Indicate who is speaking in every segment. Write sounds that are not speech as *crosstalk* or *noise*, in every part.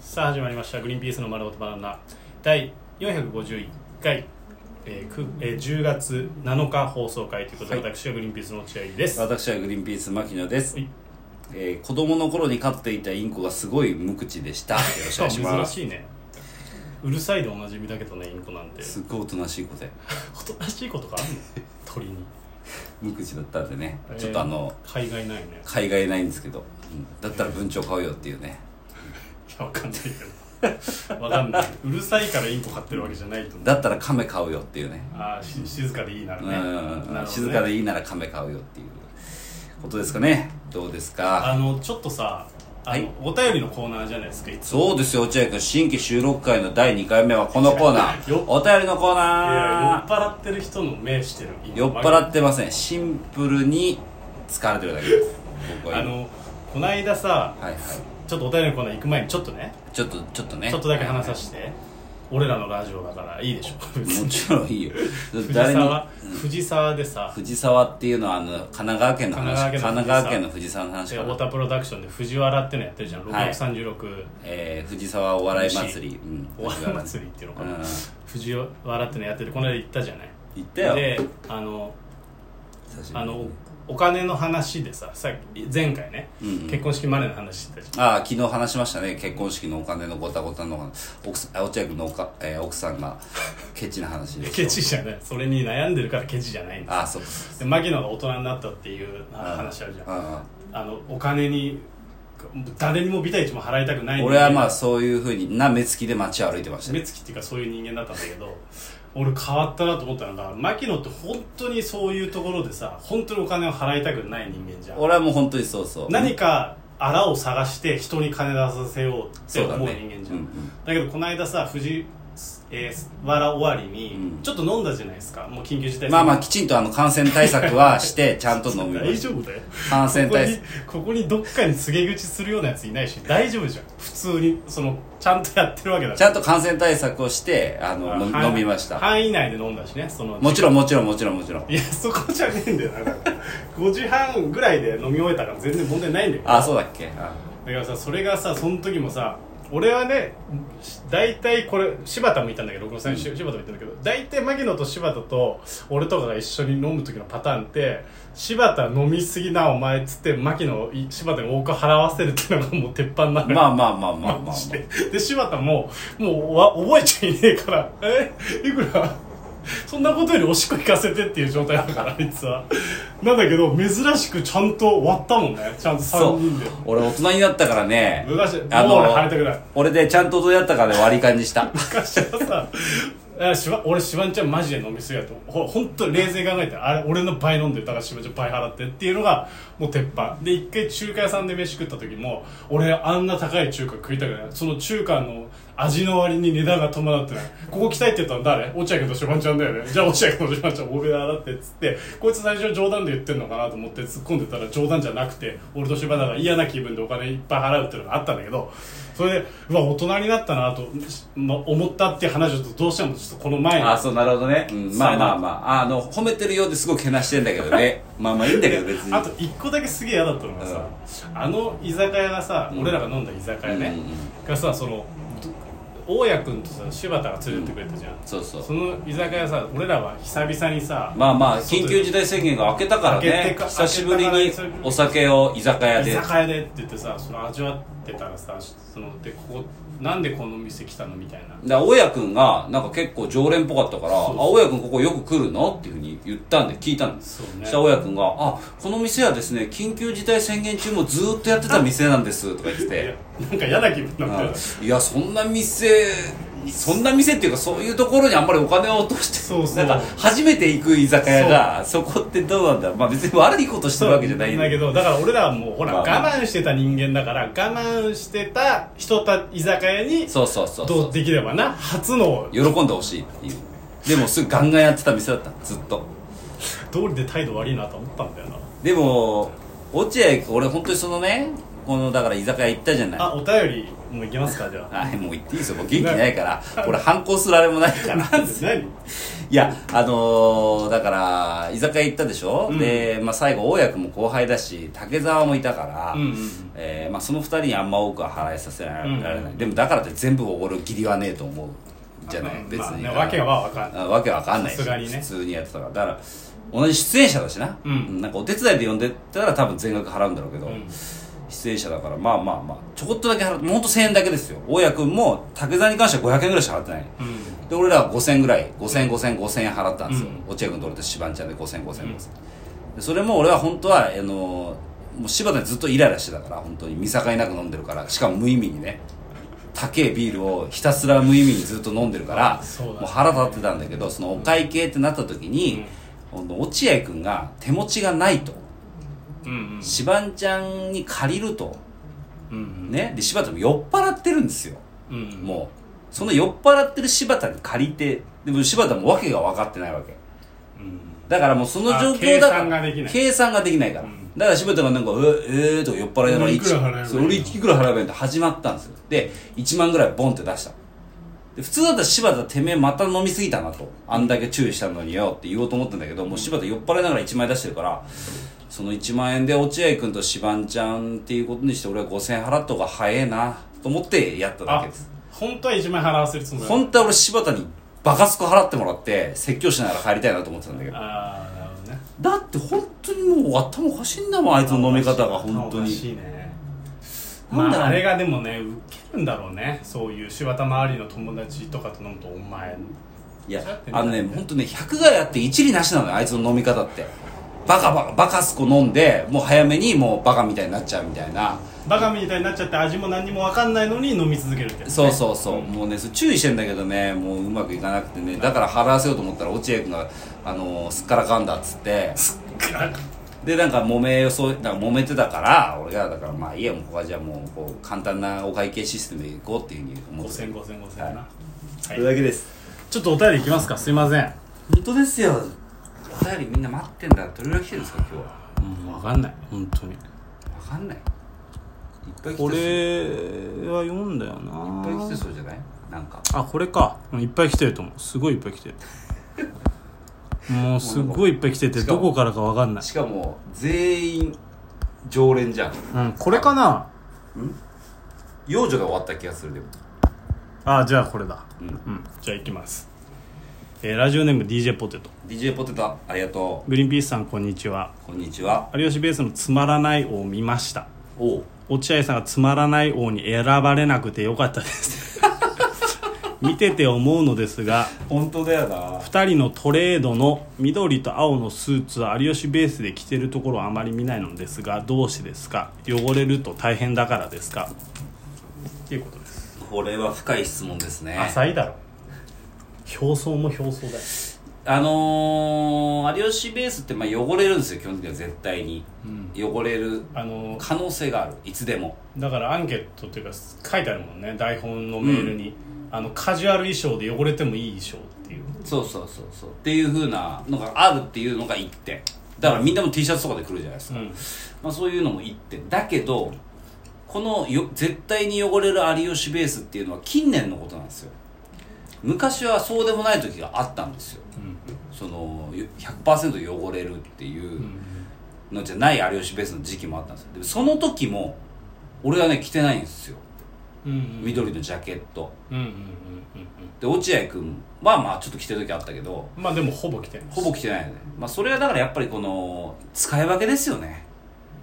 Speaker 1: さあ始まりました「グリーンピースの丸ごとバナナ」第451回、えーくえー10月7日放送回ということで、
Speaker 2: はい
Speaker 1: 私はグリーンピースの落合です、
Speaker 2: 私はグリーンピース牧野です
Speaker 1: はい、
Speaker 2: えー子供の頃に飼っていたインコがすごい無口でしたよろしくお願いしま
Speaker 1: 珍
Speaker 2: す
Speaker 1: しいねうるさいでおなじみだけどねインコなんて
Speaker 2: すっごいおとなしい子で
Speaker 1: おとなしいことがあるの
Speaker 2: *laughs*
Speaker 1: 鳥に
Speaker 2: 無口だったんでね
Speaker 1: えー
Speaker 2: ちょっとあの
Speaker 1: 海外ないね
Speaker 2: 海外ないんですけど、うんだったら文鳥買うよっていうね
Speaker 1: いやわかんないけどわかんないうるさいからインコ飼ってるわけじゃないと思う
Speaker 2: だったら亀買うよっていうね
Speaker 1: ああし静かでいいなら
Speaker 2: う
Speaker 1: ね
Speaker 2: ん
Speaker 1: なるほどね
Speaker 2: 静かでいいなら亀買うよっていうことですかねどうですか
Speaker 1: あのちょっとさあの、
Speaker 2: はい
Speaker 1: お便りのコーナーじゃないですかいつも
Speaker 2: そうですよ落合君新規収録回の第2回目はこのコーナ
Speaker 1: よっ
Speaker 2: ーお便りのコー
Speaker 1: いや
Speaker 2: ナー
Speaker 1: 酔っ払ってる人の目してる今
Speaker 2: 酔っ払ってませんシンプルに疲れてるだけです僕は
Speaker 1: あ
Speaker 2: 今
Speaker 1: のこの間さ
Speaker 2: はいはい
Speaker 1: ちょっとお便りのコーナー行く前にちょっとね
Speaker 2: ちょっとちょっとね
Speaker 1: ちょっとだけ話させて、俺らのラジオだからいいで
Speaker 2: *laughs*
Speaker 1: しょ別
Speaker 2: も
Speaker 1: に
Speaker 2: ちろんいいよ
Speaker 1: 藤
Speaker 2: 誰に
Speaker 1: 沢藤沢でさ
Speaker 2: 藤沢っていうのはあの神奈川県の話
Speaker 1: 神
Speaker 2: 神
Speaker 1: 奈川
Speaker 2: 奈川
Speaker 1: 県
Speaker 2: 県
Speaker 1: の
Speaker 2: の藤沢の話
Speaker 1: で
Speaker 2: か
Speaker 1: 太
Speaker 2: ら、
Speaker 1: 田プロダクションで藤原ってのやってるじゃん
Speaker 2: はい
Speaker 1: 636、
Speaker 2: えー、藤沢お笑い祭り、うん、
Speaker 1: お笑い祭りっていうのかな、
Speaker 2: うん
Speaker 1: 藤原ってのやっててこの間行ったじゃない
Speaker 2: 行ったよ
Speaker 1: であの
Speaker 2: 久しぶり
Speaker 1: あのお金の話でささっき前回ね、
Speaker 2: うんうん
Speaker 1: 結婚式までの話してたじゃん
Speaker 2: ああ昨日話しましたね結婚式のお金のごたごたの奥さんあ落合君のおか、えー奥さんがケチな話で
Speaker 1: *laughs* ケチじゃないそれに悩んでるからケチじゃないんです
Speaker 2: ああそうです
Speaker 1: で牧野が大人になったっていうあ話あるじゃんあ
Speaker 2: あ
Speaker 1: のお金に誰にもビタ一も払いたくない
Speaker 2: あ俺はまあ
Speaker 1: 人
Speaker 2: そういうふうにな目つきで街を歩いてました
Speaker 1: 間目
Speaker 2: ね
Speaker 1: つきっていうかそういう人間だったんだけど俺変わったなと思ったのが牧野って本当にそういうところでさ本当にお金を払いたくない人間じゃん
Speaker 2: 俺はもう本当にそうそう
Speaker 1: 何かあらを探して人に金出させようって
Speaker 2: そう
Speaker 1: 思
Speaker 2: だ
Speaker 1: う
Speaker 2: ね
Speaker 1: 人間じゃん
Speaker 2: うんうん
Speaker 1: だけどこの間さ藤えー、原終わりに
Speaker 2: うん
Speaker 1: ちょっと飲んだじゃないですかもう緊急事態宣言
Speaker 2: まあまあきちんとあの感染対策はしてちゃんと飲みま
Speaker 1: *laughs* 大
Speaker 2: す
Speaker 1: 丈夫だよ
Speaker 2: 感染
Speaker 1: ここ
Speaker 2: 対
Speaker 1: に *laughs*
Speaker 2: 策
Speaker 1: ここにどっかに告げ口するようなやついないし大丈夫じゃん普通にそのちゃんとやってるわけだ
Speaker 2: ちゃんと感染対策をしてあの飲み
Speaker 1: 範
Speaker 2: 飲みました
Speaker 1: 範囲内で飲んだしねその
Speaker 2: もちろんもちろんもちろんもちろん
Speaker 1: いやそこじゃねえんだよなだから5時半ぐらいで飲み終えたから全然問題ないんだよだか
Speaker 2: あそうだっけあ
Speaker 1: らさそれがさその時もさ俺はね大体これ柴田もいたんだけど僕の最初柴田もいたんだけど大体牧野と柴田と俺とかが一緒に飲む時のパターンって柴田飲みすぎなお前っつって牧野をい柴田に多く払わせるっていうのがもう鉄板なのよ
Speaker 2: まあまあまあまあまあ
Speaker 1: *laughs*
Speaker 2: まあ
Speaker 1: してで柴田ももうわ覚えちゃいねえから「えいくら?」そんなことよりおしっこ行かせてっていう状態だからあいつはなんだけど珍しくちゃんと割ったもんねちゃんと
Speaker 2: そ
Speaker 1: 3
Speaker 2: う
Speaker 1: 人で
Speaker 2: 俺大人になったからね
Speaker 1: 昔もう
Speaker 2: あの
Speaker 1: 俺入りたくない
Speaker 2: 俺でちゃんと大人だったからね割り勘にした
Speaker 1: 昔はさあしば俺しばんちゃんマジで飲みすぎやとほほんと冷静に考えてあれ俺の倍飲んでるだからしばんちゃん倍払ってっていうのがもう鉄板で一回中華屋さんで飯食った時も俺あんな高い中華食いたくないその中華の味の割に値段が伴ってないここ来たいって言ったの誰落合君としばんちゃんだよねじゃあ落合君としばんちゃん大部屋払ってっつってこいつ最初冗談で言ってんのかなと思って突っ込んでたら冗談じゃなくて俺としばだから嫌な気分でお金いっぱい払うっていうのがあったんだけどそれでうわ大人になったなと、ま、思ったっていう話をどうしてもちょっとこの前に
Speaker 2: あそうなるほどね、うん、まあまあまああの褒めてるようですごいけなしてんだけどねまあまあいいんだけど別に
Speaker 1: あと一個だけすげえ嫌だったのがさ、あの居酒屋がさ、
Speaker 2: うん
Speaker 1: 俺らが飲んだ居酒屋ね、
Speaker 2: うんうん
Speaker 1: がさその大家君とさ柴田が連れてってくれたじゃん、
Speaker 2: そうそう
Speaker 1: その居酒屋さ俺らは久々にさ、
Speaker 2: まあまあ緊急事態宣言が明けたから
Speaker 1: 明けて
Speaker 2: ね
Speaker 1: か
Speaker 2: 久しぶりにお酒を居酒屋
Speaker 1: 居
Speaker 2: で
Speaker 1: 酒屋でって言ってさその味わってたらさそのでここなんでこの店来たのみたいな
Speaker 2: だから大家君がなんか結構常連っぽかったから「
Speaker 1: そうそう
Speaker 2: あ大家君ここよく来るの?」っていうふうに言ったんで聞いたんです
Speaker 1: そうね
Speaker 2: したら大家君が「あこの店はですね緊急事態宣言中もずーっとやってた店なんです」とか言って
Speaker 1: いやな
Speaker 2: て
Speaker 1: んか嫌な気分になったよ
Speaker 2: うんいやそんな店そんな店っていうかそういうところにあんまりお金を落として
Speaker 1: そうそう
Speaker 2: なんか初めて行く居酒屋がそこってどうなんだまあ別に悪いことしてるわけじゃない
Speaker 1: んだけどだから俺らはもうほら、
Speaker 2: まあまあ
Speaker 1: 我慢してた人間だから我慢してた人た居酒屋に
Speaker 2: そうそうそうそう
Speaker 1: どうできればな初の
Speaker 2: 喜んでほしいっていうでもすぐガンガンやってた店だったずっと
Speaker 1: 通りで態度悪いなと思ったんだよな
Speaker 2: でも落合君俺本当にそのねこのだから居酒屋行ったじゃない
Speaker 1: あお便りもいけますかじゃ
Speaker 2: はいもう行っていいですよもう元気ないからこれ反抗するあれも *laughs* ないから
Speaker 1: あなんで何
Speaker 2: いやあのーだから居酒屋行ったでしょ、で、まあ、最後大家君も後輩だし竹澤もいたから、
Speaker 1: うんうんうん
Speaker 2: えーまあ、その二人にあんま多くは払いさせられない、
Speaker 1: うん
Speaker 2: でもだからって全部おごる義理はねえと思うじゃない、
Speaker 1: うん
Speaker 2: 別に、
Speaker 1: まあねわけはわかんない
Speaker 2: あわけわかんないし
Speaker 1: さすがにね
Speaker 2: 普通にやってたからだから同じ出演者だしな、
Speaker 1: うん
Speaker 2: なんかお手伝いで呼んでったら多分全額払うんだろうけど、
Speaker 1: うん
Speaker 2: 出演者だからまあまあまあちょこっとだけ払ってもうほんと1000円だけですよ大家君も竹澤に関しては500円ぐらいしか払ってない、
Speaker 1: うん
Speaker 2: で俺らは5000ぐらい500050005000円払ったんですよ、
Speaker 1: う
Speaker 2: 落合君と俺とシバンちゃんで50005000 5000、でそれも俺は本当はあのもう柴田にずっとイライラしてたから本当に見境なく飲んでるからしかも無意味にね高えビールをひたすら無意味にずっと飲んでるから
Speaker 1: あそうだね
Speaker 2: もう腹立ってたんだけどそのお会計ってなった時に、ほんと落合君が手持ちがないと
Speaker 1: うんうん
Speaker 2: シバンちゃんに借りると
Speaker 1: うん
Speaker 2: ねで柴田も酔っ払ってるんですよ
Speaker 1: うんうん
Speaker 2: もうその酔っ払ってる柴田に借りてでも柴田も訳が分かってないわけ
Speaker 1: うん
Speaker 2: だからもうその状況だから
Speaker 1: あ計算ができない
Speaker 2: 計算ができないから、
Speaker 1: うん
Speaker 2: だから柴田がなんか「えー、えー」とか酔っ払いながら
Speaker 1: 俺い
Speaker 2: 一
Speaker 1: くら払えばいいの
Speaker 2: そう俺いくら払えばいいのって始まったんですよで1万ぐらいボンって出したで普通だったら柴田てめえまた飲みすぎたなとあんだけ注意したのによって言おうと思ったんだけどもう柴田酔っ払いながら1万円出してるからその1万円で落合君と柴んちゃんっていうことにして俺は5000円払った方が早えなと思ってやっただ
Speaker 1: あ
Speaker 2: けです
Speaker 1: 本当は1万円払わせるつもりだ
Speaker 2: 本当は俺柴田にバカスコ払ってもらって説教しながら帰りたいなと思ってたんだけど
Speaker 1: ああなるほどね
Speaker 2: だって本当にもう頭おかしいんだもんあいつの飲み方が本当
Speaker 1: おか
Speaker 2: に
Speaker 1: しいね
Speaker 2: な
Speaker 1: ま
Speaker 2: んだろ
Speaker 1: あ、
Speaker 2: う
Speaker 1: あれがでもねウケるんだろうねそういう柴田周りの友達とかと飲むとお前
Speaker 2: いや
Speaker 1: そうやってね
Speaker 2: あのね本当ね100害あって一理なしなのよあいつの飲み方ってバカバカバカスコ飲んでもう早めにもうバカみたいになっちゃうみたいな
Speaker 1: バカみたいになっちゃって味も何にも分かんないのに飲み続けるってやつね
Speaker 2: そうそうそう、もうねそれ注意してんだけどねもううまくいかなくてねだから払わせようと思ったら落合君が、あのーすっからかんだっつってでなんか揉めそうなんか揉めてたから俺がだからまあいいやもうここはじゃあもうこう簡単なお会計システムでいこうっていうふうに思ってた
Speaker 1: 5000、5000、5000な、
Speaker 2: そ
Speaker 1: は
Speaker 2: れだ
Speaker 1: い、
Speaker 2: けです
Speaker 1: ちょっとお便りいきますかすいません
Speaker 2: 本当ですよお便りみんな待ってんだどれぐらい来てるんですか今日は
Speaker 1: うん分かんない本当に
Speaker 2: 分かんないいっぱい来てそう
Speaker 1: こ
Speaker 2: いっ
Speaker 1: れは読んだよな
Speaker 2: ぱい来てそうじゃないなんか
Speaker 1: あこれかうんいっぱい来てると思うすごいいっぱい来て *laughs* るもうすごいいっぱい来てて
Speaker 2: しかも
Speaker 1: どこからか分かんない
Speaker 2: しかも全員常連じゃん
Speaker 1: うんこれかな
Speaker 2: 幼女が終わった気がするでも
Speaker 1: あじゃあこれだ
Speaker 2: うん
Speaker 1: うんじゃあいきます、えーラジオネーム DJ ポテト
Speaker 2: DJ ポテトありがと
Speaker 1: グリーンピースさんこんにちは
Speaker 2: うこんにちは
Speaker 1: 有吉ベースのつまらない王を見ました
Speaker 2: おう
Speaker 1: 落合さんがつまらない王に選ばれなくてよかったです *laughs* 見てて思うのですが
Speaker 2: 本当だよな
Speaker 1: 2人のトレードの緑と青のスーツは有吉ベースで着てるところはあまり見ないのですがどうしてですか汚れると大変だからですかっていうことです
Speaker 2: これは深い質問ですね
Speaker 1: 浅いだろ表層も表層だよ
Speaker 2: あのー、有吉ベースってまあ汚れるんですよ基本的には絶対に、汚れる
Speaker 1: あの
Speaker 2: 可能性があるいつでも
Speaker 1: だからアンケートっていうか書いてあるもんね台本のメールに、あのカジュアル衣装で汚れてもいい衣装っていう
Speaker 2: そうそうそうそうっていう風なのがあるっていうのが1点だからみんなも T シャツとかで来るじゃないですか、
Speaker 1: うん
Speaker 2: まあ、そういうのも1点だけどこのよ絶対に汚れる有吉ベースっていうのは近年のことなんですよ昔はそうでもない時があったんですよそのよ100%汚れるっていうのじゃない有吉ベースの時期もあったんですよでもその時も俺はね着てないんですよ
Speaker 1: うんうんうん
Speaker 2: 緑のジャケット
Speaker 1: うんうんうん
Speaker 2: で落合君はまあちょっと着てる時あったけど
Speaker 1: うんまあでもほぼ着てる
Speaker 2: ほぼ来てないよね、まあ、それはだからやっぱりこの使い分けですよね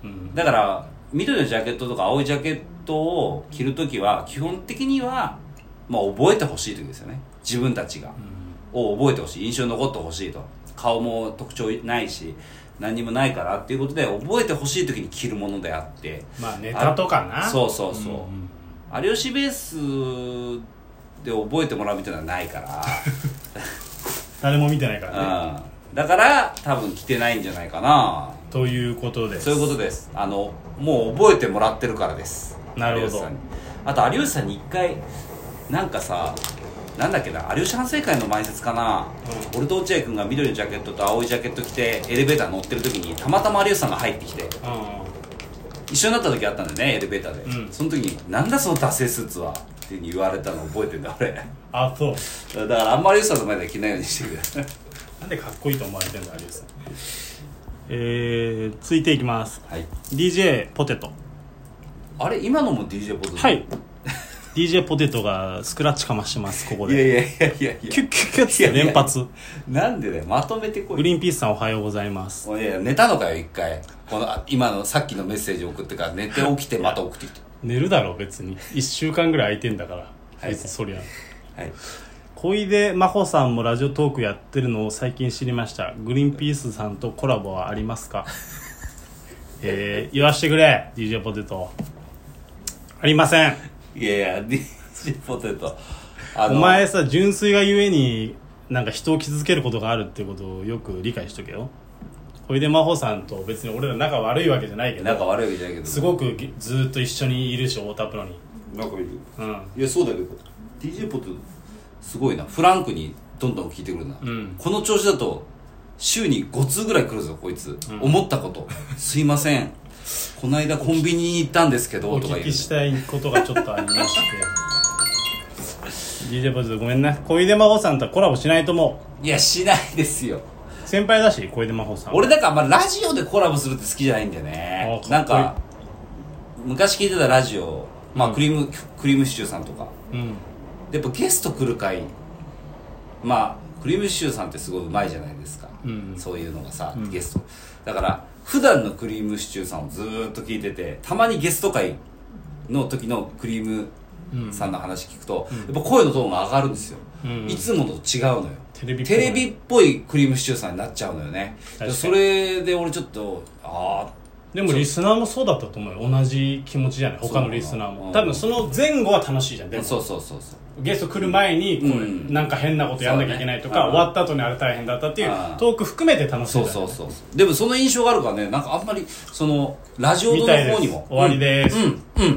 Speaker 1: うん
Speaker 2: だから緑のジャケットとか青いジャケットを着る時は基本的には、まあ、覚えてほしい時ですよね自分たちが、を覚えてほしい印象に残ってほしいと顔も特徴ないし何にもないからっていうことで覚えてほしい時に着るものであって
Speaker 1: まあネタとかな
Speaker 2: そうそうそう、
Speaker 1: んん
Speaker 2: 有吉ベースで覚えてもらうみたいなのはない
Speaker 1: *laughs*
Speaker 2: から
Speaker 1: 誰も見てないからね
Speaker 2: うんだから多分着てないんじゃないかな
Speaker 1: ということです
Speaker 2: そういうことですあのもう覚えてもらってるからです
Speaker 1: なるほど
Speaker 2: 有吉さんにあと有吉さんに一回なんかさなんだっけな有吉反省会の前説かな、俺と落合君が緑のジャケットと青いジャケット着てエレベーター乗ってる時にたまたま有吉さんが入ってきて
Speaker 1: うんうん
Speaker 2: 一緒になった時あったんだよねエレベーターで、
Speaker 1: うん
Speaker 2: その時に「なんだそのダセースーツは」っていう風に言われたの覚えてんだ俺
Speaker 1: あそう
Speaker 2: だからあんまり良さの前では着ないようにしてください
Speaker 1: なんでかっこいいと思われてんだ有吉さんえー、続いていきます
Speaker 2: はい
Speaker 1: DJ ポテト
Speaker 2: あれ今のも DJ ポーズ
Speaker 1: はい DJ ポテトがスクラッチかましてますここ
Speaker 2: いやい
Speaker 1: で
Speaker 2: やいやいやいや
Speaker 1: キュッキュッキュッつって連発
Speaker 2: なんでだよまとめてこい
Speaker 1: グリーンピースさんおはようございます
Speaker 2: もういやいや寝たのかよ一回このあ今のさっきのメッセージ送ってから寝て起きてまた送ってきて
Speaker 1: 寝るだろ別に1週間ぐらい空いてんだから
Speaker 2: はい
Speaker 1: 別にそりゃ
Speaker 2: はい
Speaker 1: 小出真帆さんもラジオトークやってるのを最近知りましたグリーンピースさんとコラボはあります
Speaker 2: *laughs*
Speaker 1: かえー、言わしてくれ DJ ポテトありません
Speaker 2: いやいや DJ ポテトあ
Speaker 1: お前さ純粋がゆえになんか人を傷つけることがあるってことをよく理解しとけよ小出真帆さんと別に俺ら仲悪いわけじゃないけ
Speaker 2: なんか
Speaker 1: ど
Speaker 2: 悪いわけじゃないけど
Speaker 1: すごくぎずーっと一緒にいるし太田プロに
Speaker 2: なんかいる
Speaker 1: うん
Speaker 2: いやそうだけど DJ ポテトすごいなフランクにどんどん聞いてくるな、
Speaker 1: ん
Speaker 2: この調子だと週に5通ぐらい来るぞこいつ、思ったことすいませんこないだコンビニに行ったんですけど
Speaker 1: お
Speaker 2: とか
Speaker 1: 聞
Speaker 2: 言う
Speaker 1: きしたいことがちょっとありま *laughs* して DJ ポテトごめんな小出真帆さんとはコラボしないと思う
Speaker 2: いやしないですよ
Speaker 1: 先輩だし小出真帆さん
Speaker 2: 俺なんかあんまラジオでコラボするって好きじゃないんだよね
Speaker 1: あか
Speaker 2: な
Speaker 1: っ
Speaker 2: ん
Speaker 1: こいい
Speaker 2: か昔聞いてたラジオまあクリーム、クリームシチューさんとか
Speaker 1: うん
Speaker 2: でやっぱゲスト来る回まあクリームシチューさんってすごいうまいじゃないですか、
Speaker 1: うん
Speaker 2: そういうのがさ、ゲストだから普段のクリームシチューさんをずーっと聞いててたまにゲスト会の時のクリームさんの話聞くと、やっぱ声のトーンが上がるんですよ、
Speaker 1: うん
Speaker 2: いつもと違うのよ
Speaker 1: テレビっぽい
Speaker 2: テレビっぽいクリームシチューさんになっちゃうのよね
Speaker 1: 確かに
Speaker 2: それで俺ちょっとあ
Speaker 1: でもリスナーもそうだったと思うよ同じ気持ちじゃない他のリスナー
Speaker 2: そ
Speaker 1: も
Speaker 2: う
Speaker 1: 多分その前後は楽しいじゃんで
Speaker 2: あ
Speaker 1: も
Speaker 2: そうそうそうそう
Speaker 1: ゲスト来る前にこれ、
Speaker 2: うん
Speaker 1: なんか変なことやんなきゃいけないと
Speaker 2: そう
Speaker 1: か、
Speaker 2: だね
Speaker 1: 終わった後にあれ大変だったっていう
Speaker 2: あー
Speaker 1: トーク含めて楽し
Speaker 2: そ
Speaker 1: ん
Speaker 2: う
Speaker 1: だ
Speaker 2: そうそうそうでもその印象があるからねなんかあんまりそのラジオの
Speaker 1: みたいで
Speaker 2: 方
Speaker 1: す
Speaker 2: にも
Speaker 1: 終わりです
Speaker 2: うんうん、うん